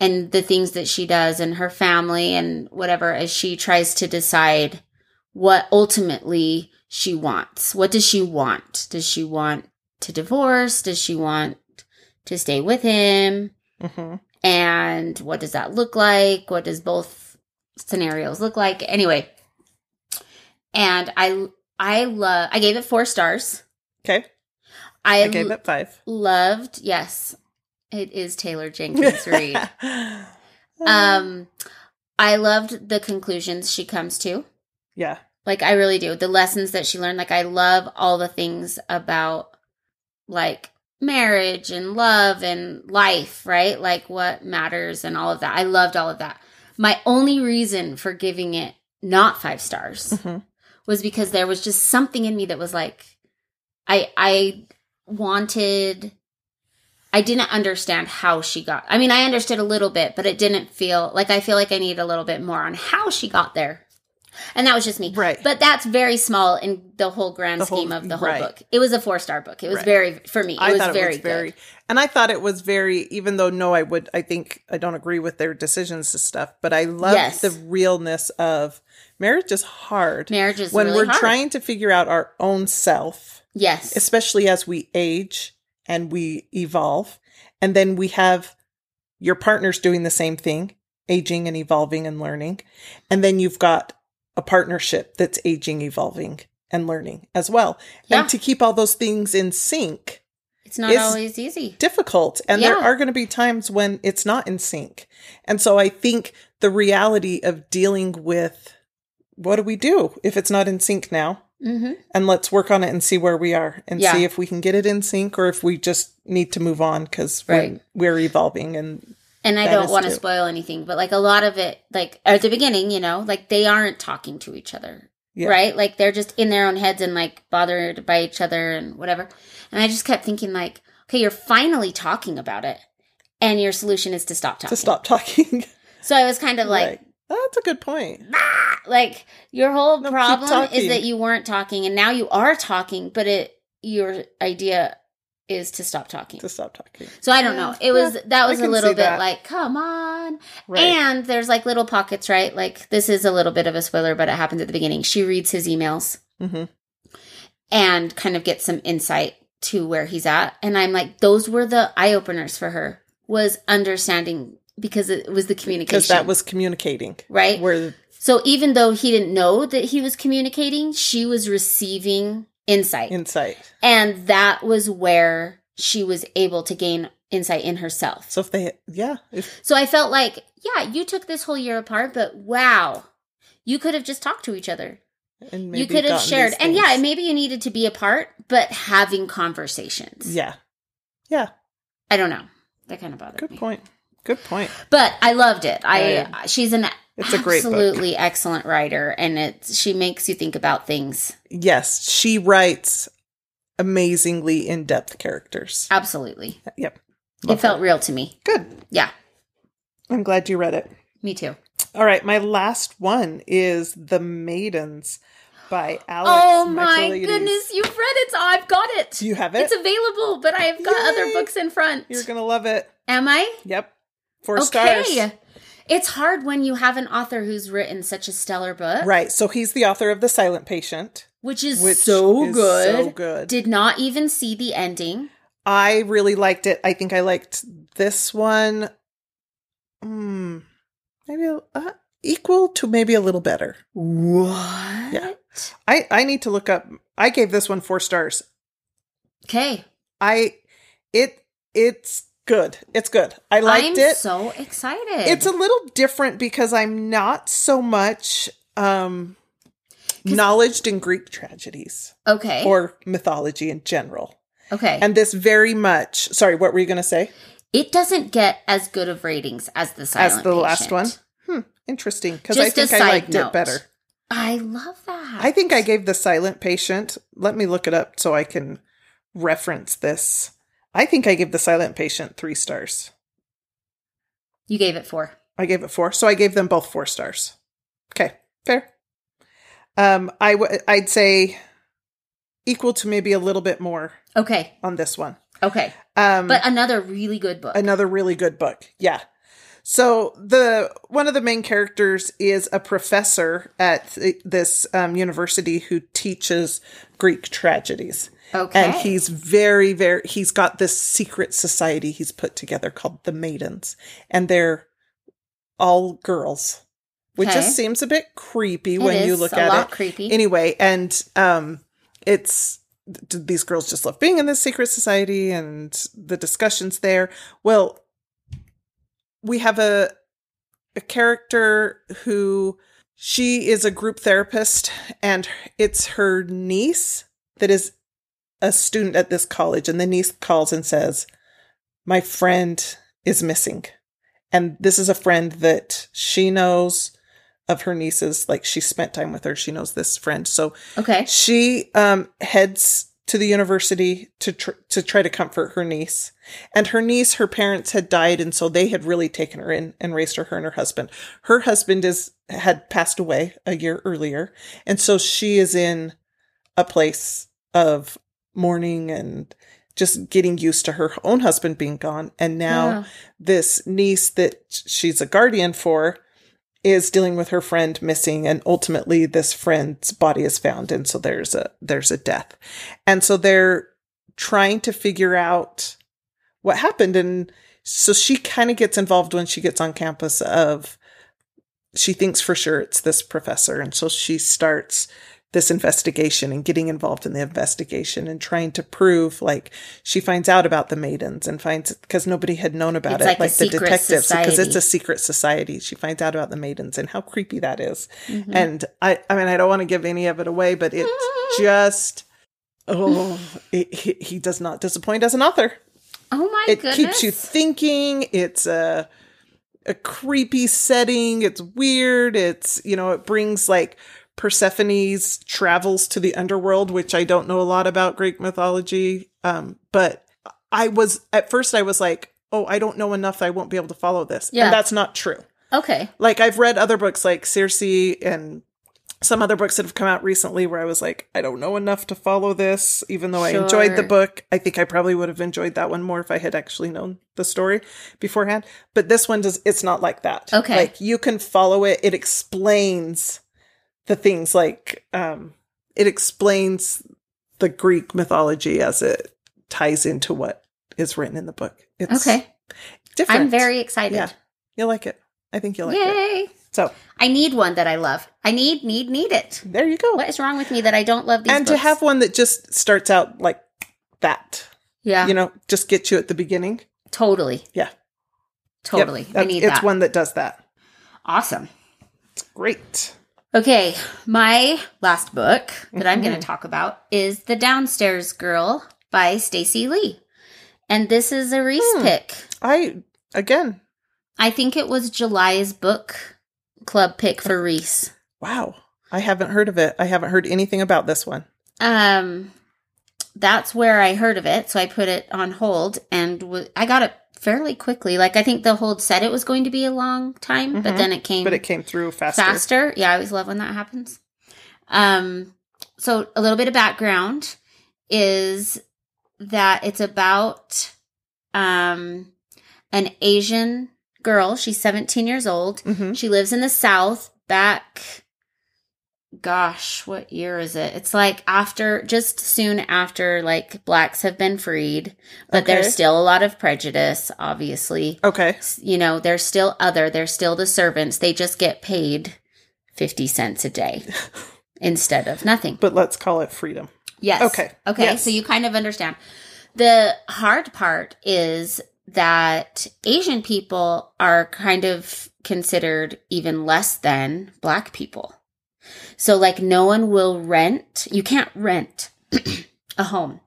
S1: and the things that she does and her family and whatever as she tries to decide what ultimately she wants what does she want does she want to divorce does she want to stay with him
S2: hmm
S1: and what does that look like what does both scenarios look like anyway and i i love i gave it four stars
S2: Okay.
S1: i,
S2: I gave
S1: l-
S2: it five.
S1: loved yes it is taylor
S2: [laughs]
S1: jenkins reid
S2: Uh,
S1: um i loved the conclusions she comes to
S2: yeah.
S1: like i really do the lessons that she learned like i love all the things about like marriage and love and life right like what matters and all of that i loved all of that my only reason for giving it not five
S2: [laughs]
S1: stars
S2: hmm
S1: was because there was just something in me that was like i i wanted i didn't understand how she got i mean i understood a little bit but it didn't feel like i feel like i need a little bit more on how she got there and that was just me
S2: Right.
S1: but that's very small in the whole grand
S2: The whole-
S1: scheme of the whole
S2: right.
S1: book it was a four star book it was
S2: Right.
S1: very for me it
S2: I
S1: was
S2: thought
S1: very
S2: it was very,
S1: good
S2: and I thought it was very. Even though no, I would. I think I don't agree with their decisions and stuff, but I love
S1: Yes.
S2: the realness of marriage is hard.
S1: marriage is
S2: when
S1: really
S2: we're
S1: hard.
S2: trying to figure out our own self,
S1: yes
S2: especially as we age and we evolve, and then we have your partners doing the same thing, aging and evolving and learning, and then you've got a partnership that's aging, evolving, and learning as well.
S1: yeah
S2: And to keep all those things in sync
S1: it's not
S2: it's-
S1: always easy
S2: difficult and there
S1: Yeah.
S2: are going to be times when it's not in sync and so i think the reality of dealing with what do we do if it's not in sync now
S1: hmm
S2: and let's work on it and see where we are and
S1: Yeah.
S2: see if we can get it in sync or if we just need to move on because
S1: Right.
S2: we're, we're evolving and
S1: And I
S2: That
S1: don't
S2: is
S1: want to
S2: true.
S1: spoil anything, but like a lot of it, like at the beginning, you know, like they aren't talking to each other,
S2: Yeah.
S1: right? Like they're just in their own heads and like bothered by each other and whatever. And I just kept thinking, like, okay, you're finally talking about it, and your solution is to stop talking.
S2: to stop [laughs] talking
S1: So I was kind of like,
S2: Right. That's a good point.
S1: Like your whole
S2: No, keep
S1: problem is
S2: talking.
S1: that you weren't talking and now you are talking, but it your idea is to stop talking.
S2: To stop talking.
S1: So I don't know.
S2: Yeah,
S1: It was
S2: yeah,
S1: that
S2: I
S1: was a
S2: can
S1: little
S2: see
S1: bit
S2: that.
S1: like, come on.
S2: Right.
S1: And there's like little pockets, right? Like this is a little bit of a spoiler, but it happens at the beginning. She reads his emails
S2: Mhm.
S1: and kind of gets some insight to where he's at. And I'm like, those were the eye openers for her was understanding because it was the
S2: Because
S1: communication.
S2: that was communicating.
S1: right.
S2: Where
S1: So even though he didn't know that he was communicating, she was receiving insight.
S2: insight.
S1: and that was where she was able to gain insight in herself.
S2: So if they, yeah, if,
S1: So I felt like, yeah, you took this whole year apart, but wow, you could have just talked to each other.
S2: and maybe
S1: you could have
S2: gotten
S1: shared.
S2: these
S1: And yeah,
S2: things.
S1: maybe you needed to be apart, but having conversations.
S2: yeah, yeah.
S1: I don't know. That kind of bothered
S2: Good
S1: me.
S2: point. Good point.
S1: But I loved it. I
S2: Right.
S1: she's an
S2: It's a great book.
S1: absolutely excellent writer and it's she makes you think about things.
S2: Yes, she writes amazingly in-depth characters.
S1: Absolutely.
S2: Yep.
S1: it
S2: Love
S1: felt
S2: her.
S1: real to me.
S2: good.
S1: Yeah,
S2: I'm glad you read it.
S1: me too.
S2: All right, my last one is "The Maidens" by Alex.
S1: oh my
S2: Michaelides.
S1: goodness, you've read it. Oh, I've got it.
S2: Do you have it?
S1: It's available, but I have got other
S2: Yay.
S1: books in front.
S2: You're gonna love it.
S1: Am I?
S2: Yep, four stars.
S1: It's hard when you have an author who's written such a stellar book,
S2: Right. So he's the author of The Silent Patient,
S1: which is
S2: which
S1: so
S2: is
S1: good.
S2: So good.
S1: Did not even see the ending.
S2: I really liked it. I think I liked this one. Hmm. Maybe a- uh, equal to maybe a little better.
S1: What?
S2: I I need to look up. I gave this one four stars.
S1: Okay.
S2: I it it's good. It's good. I liked
S1: I'm
S2: it.
S1: so excited.
S2: it's a little different because I'm not so much um knowledged in Greek tragedies
S1: okay.
S2: or mythology in general.
S1: okay.
S2: And this very much. Sorry, what were you going to say?
S1: it doesn't get as good of ratings as the silent
S2: As the last
S1: Patient.
S2: one. Hmm, interesting because
S1: Just
S2: I
S1: a
S2: think
S1: side
S2: I liked
S1: note.
S2: it better.
S1: I love that.
S2: I think I gave the silent patient. Let me look it up so I can reference this. I think I gave the silent patient three stars.
S1: you gave it four.
S2: I gave it four, so I gave them both four stars. Okay, fair. Um, I w- I'd say equal to maybe a little bit more
S1: Okay.
S2: on this one.
S1: Okay.
S2: Um,
S1: But another really good book.
S2: another really good book. Yeah. So the one of the main characters is a professor at th- this um, university who teaches Greek tragedies.
S1: okay.
S2: And he's very, very, he's got this secret society he's put together called the Maidens. And they're all girls, which
S1: Okay.
S2: just seems a bit creepy
S1: It
S2: when you
S1: is
S2: look
S1: a
S2: at
S1: lot
S2: it.
S1: creepy.
S2: Anyway, and um, it's th- these girls just love being in this secret society and the discussions there. Well, we have a a character who she is a group therapist and it's her niece that is a student at this college and the niece calls and says my friend is missing and this is a friend that she knows of her nieces like she spent time with her she knows this friend so
S1: okay.
S2: she um heads to the university to tr- to try to comfort her niece and her niece her parents had died and so they had really taken her in and raised her her and her husband her husband is had passed away a year earlier and so she is in a place of mourning and just getting used to her own husband being gone and now
S1: Yeah.
S2: this niece that she's a guardian for is dealing with her friend missing and ultimately this friend's body is found and so there's a there's a death and so they're trying to figure out what happened and so she kind of gets involved when she gets on campus of she thinks for sure it's this professor and so she starts this investigation and getting involved in the investigation and trying to prove like she finds out about the maidens and finds because nobody had known about
S1: It's like
S2: it
S1: a
S2: the
S1: secret
S2: detectives because it's
S1: society.
S2: a secret society she finds out about the maidens and how creepy that is.
S1: Mhm.
S2: and i i mean i don't want to give any of it away but
S1: [laughs]
S2: it just oh it, he, he does not disappoint as an author
S1: oh my
S2: it
S1: goodness.
S2: keeps you thinking it's a a creepy setting it's weird it's you know it brings like persephone's travels to the underworld which i don't know a lot about greek mythology um but i was at first i was like oh i don't know enough i won't be able to follow this
S1: Yeah.
S2: and that's not true
S1: Okay.
S2: Like I've read other books like Circe and some other books that have come out recently where I was like, I don't know enough to follow this, even though I enjoyed the
S1: Sure.
S2: book. I think I probably would have enjoyed that one more if I had actually known the story beforehand. But this one does it's not like that.
S1: Okay.
S2: Like you can follow it. It explains the things like um it explains the Greek mythology as it ties into what is written in the book. It's
S1: Okay.
S2: different.
S1: I'm very excited.
S2: Yeah. You'll like it. I think you'll like it.
S1: Yay.
S2: So
S1: I need one that I love. I need, need, need it.
S2: there you go.
S1: What is wrong with me that I don't love these
S2: and to
S1: books?
S2: have one that just starts out like that,
S1: yeah,
S2: you know, just get you at the beginning.
S1: totally.
S2: Yeah. Yep,
S1: Totally. I
S2: that-
S1: need
S2: It's
S1: that.
S2: one that does that.
S1: awesome.
S2: Great.
S1: Okay, my last book that I'm going
S2: Mhm.
S1: to talk about is The Downstairs Girl by Stacy Lee. And this is a Reese
S2: Hmm.
S1: pick.
S2: I again.
S1: I think it was July's book club pick for Reese.
S2: Wow. I haven't heard of it. I haven't heard anything about this one.
S1: Um that's where I heard of it, so I put it on hold and w- I got it fairly quickly. Like I think the hold said it was going to be a long time,
S2: Mhm.
S1: but then it came
S2: But it came through faster.
S1: faster. Yeah, I always love when that happens. Um, so a little bit of background is that it's about um an Asian girl. She's 17 years old.
S2: Mhm.
S1: She lives in the South back gosh, what year is it? It's like after just soon after like blacks have been freed, but
S2: Okay.
S1: there's still a lot of prejudice, obviously
S2: Okay.
S1: you know they're still other they're still the servants they just get paid 50 cents a day instead of nothing
S2: But let's call it freedom.
S1: yes
S2: Okay.
S1: okay
S2: Yes.
S1: so you kind of understand the hard part is that asian people are kind of considered even less than black people so like no one will rent you can't rent [clears throat] a home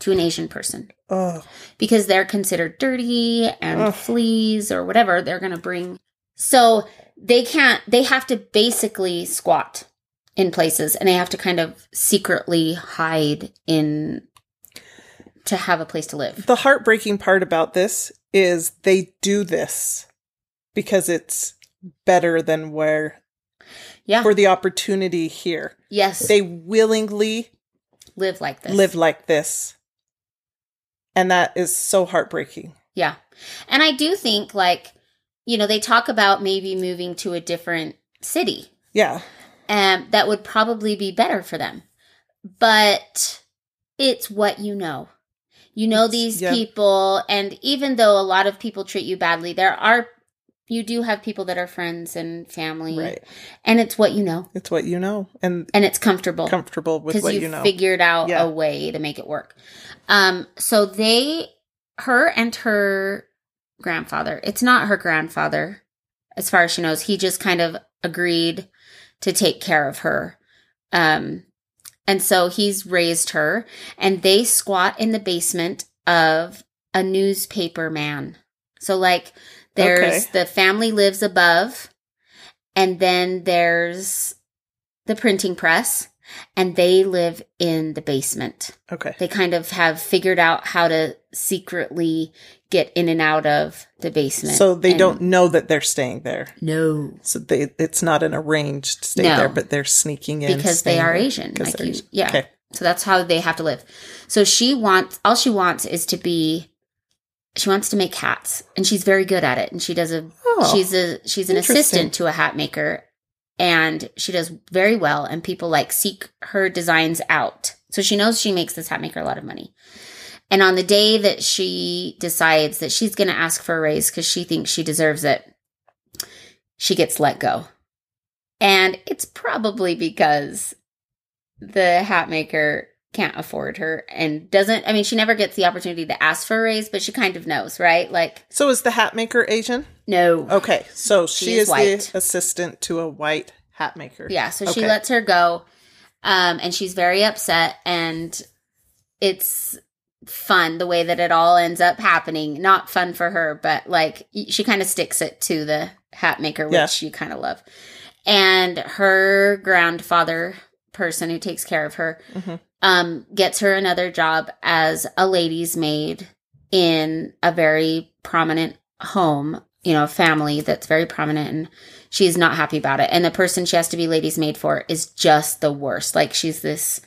S1: to an asian person
S2: Oh,
S1: because they're considered dirty and
S2: Ugh.
S1: fleas or whatever they're going to bring. So they can't, they have to basically squat in places and they have to kind of secretly hide in to have a place to live.
S2: the heartbreaking part about this is they do this because it's better than where
S1: Yeah.
S2: for the opportunity here.
S1: Yes. They
S2: They willingly
S1: live like this.
S2: live like this. And that is so heartbreaking.
S1: Yeah. And I do think like, you know, they talk about maybe moving to a different city
S2: Yeah.
S1: um, that would probably be better for them. But it's what you know. You know
S2: It's-
S1: these
S2: yeah.
S1: people, and even though a lot of people treat you badly, there are you do have people that are friends and family,
S2: Right.
S1: and it's what you know,
S2: It's what you know and
S1: and it's comfortable
S2: comfortable with
S1: because
S2: what
S1: you,
S2: you, know.
S1: figured out
S2: Yeah.
S1: a way to make it work. Um, so they, her and her grandfather. It's not her grandfather, as far as she knows. He just kind of agreed to take care of her, um, and so he's raised her, and they squat in the basement of a newspaper man. So like, there's the family lives above, and then there's the printing press and they live in the basement.
S2: okay.
S1: They kind of have figured out how to secretly get in and out of the basement.
S2: So they
S1: And-
S2: don't know that they're staying there.
S1: No.
S2: So they it's not an arranged stay
S1: No.
S2: there, but they're sneaking in
S1: Because they
S2: staying
S1: are
S2: there.
S1: Asian.
S2: 'Cause
S1: Like
S2: they're
S1: you,
S2: Asian.
S1: yeah.
S2: Okay.
S1: So that's how they have to live. So she wants all she wants is to be she wants to make hats and she's very good at it and she does a
S2: Oh.
S1: she's a she's an
S2: Interesting.
S1: assistant to a hat maker and she does very well and people like seek her designs out so she knows she makes this hat maker a lot of money and on the day that she decides that she's going to ask for a raise because she thinks she deserves it she gets let go and it's probably because the hat maker can't afford her and doesn't i mean she never gets the opportunity to ask for a raise but she kind of knows right like
S2: So is the hat maker Asian?
S1: no
S2: Okay. So she,
S1: She
S2: is,
S1: is white.
S2: the assistant to a white hat maker.
S1: Yeah, so she
S2: Okay.
S1: lets her go, um, and she's very upset, and it's fun the way that it all ends up happening. Not fun for her, but like y- she kind of sticks it to the hat maker, which
S2: Yeah.
S1: you kind of love, and her grandfather person who takes care of her
S2: Mhm.
S1: um, gets her another job as a lady's maid in a very prominent home you know, a family that's very prominent and she's not happy about it. And the person she has to be ladies maid for is just the worst. Like she's this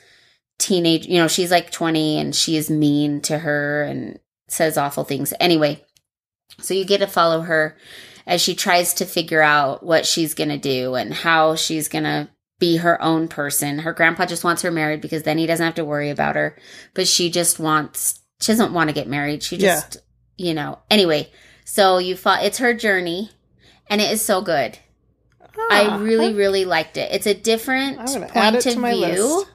S1: teenage, you know, she's like 20 and she is mean to her and says awful things. Anyway, so you get to follow her as she tries to figure out what she's going to do and how she's going to be her own person. Her grandpa just wants her married because then he doesn't have to worry about her. But she just wants, she doesn't want to get married. She
S2: Yeah.
S1: just, you know, anyway. So you fought, it's her journey and it is so good. I
S2: Ah,
S1: really, really liked it. It's a different
S2: I'm gonna
S1: point
S2: add it
S1: of
S2: to my
S1: view
S2: list.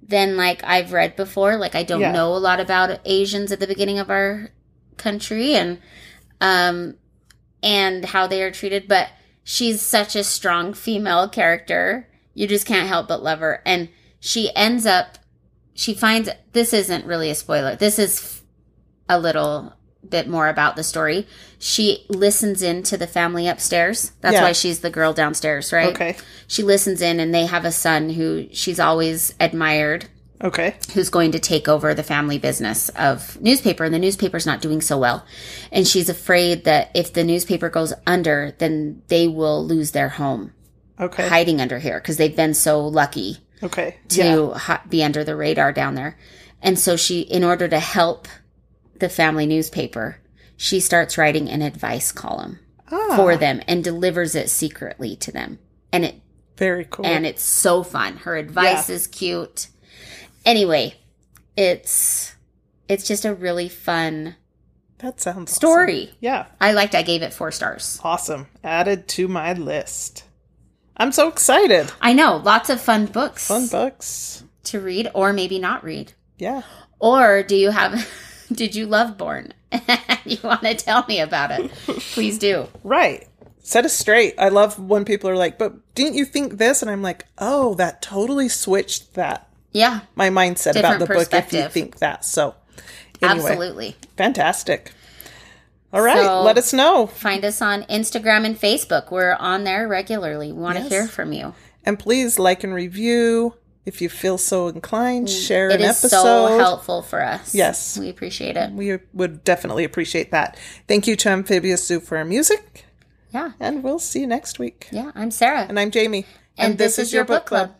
S1: than like I've read before. Like I don't
S2: Yeah.
S1: know a lot about Asians at the beginning of our country and um and how they are treated, but she's such a strong female character. You just can't help but love her. And she ends up she finds this isn't really a spoiler. This is a little bit more about the story. She listens in to the family upstairs. That's
S2: Yeah.
S1: why she's the girl downstairs, right?
S2: Okay.
S1: She listens in and they have a son who she's always admired
S2: Okay.
S1: who's going to take over the family business of newspaper and the newspaper's not doing so well and she's afraid that if the newspaper goes under then they will lose their home
S2: Okay.
S1: hiding under here because they've been so lucky
S2: Okay.
S1: to
S2: Yeah.
S1: hi- be under the radar down there. And so she, in order to help the family newspaper, she starts writing an advice column
S2: Ah,
S1: for them and delivers it secretly to them. And it
S2: Very cool.
S1: and it's so fun. Her advice is cute. Anyway, it's it's just a really fun
S2: that sounds awesome.
S1: story.
S2: Yeah.
S1: I liked. I gave it four stars.
S2: Awesome. Added to my list. I'm so excited.
S1: I know lots of fun books
S2: Fun books.
S1: to read or maybe not read.
S2: Yeah.
S1: Or do you have, [laughs] did you love Born? [laughs] you want to tell me about
S2: [laughs]
S1: it? Please do.
S2: Right. Set us straight. I love when people are like, but didn't you think this? And I'm like, oh, that totally switched that
S1: Yeah,
S2: my mindset
S1: Different
S2: about the book if you
S1: perspective.
S2: think that. So anyway.
S1: absolutely.
S2: Fantastic. All right.
S1: So-
S2: let us know.
S1: Find us on Instagram and Facebook. We're on there regularly. We want to
S2: Yes.
S1: hear from you.
S2: And please like and review if you feel so inclined. Share
S1: Mm, It
S2: an
S1: is
S2: episode.
S1: so helpful for us.
S2: Yes.
S1: We appreciate it.
S2: we would definitely appreciate that. Thank you to Amphibious Zoo for our music.
S1: Yeah.
S2: And we'll see you next week.
S1: Yeah. I'm Sarah.
S2: And I'm Jamie.
S1: And this is your book club.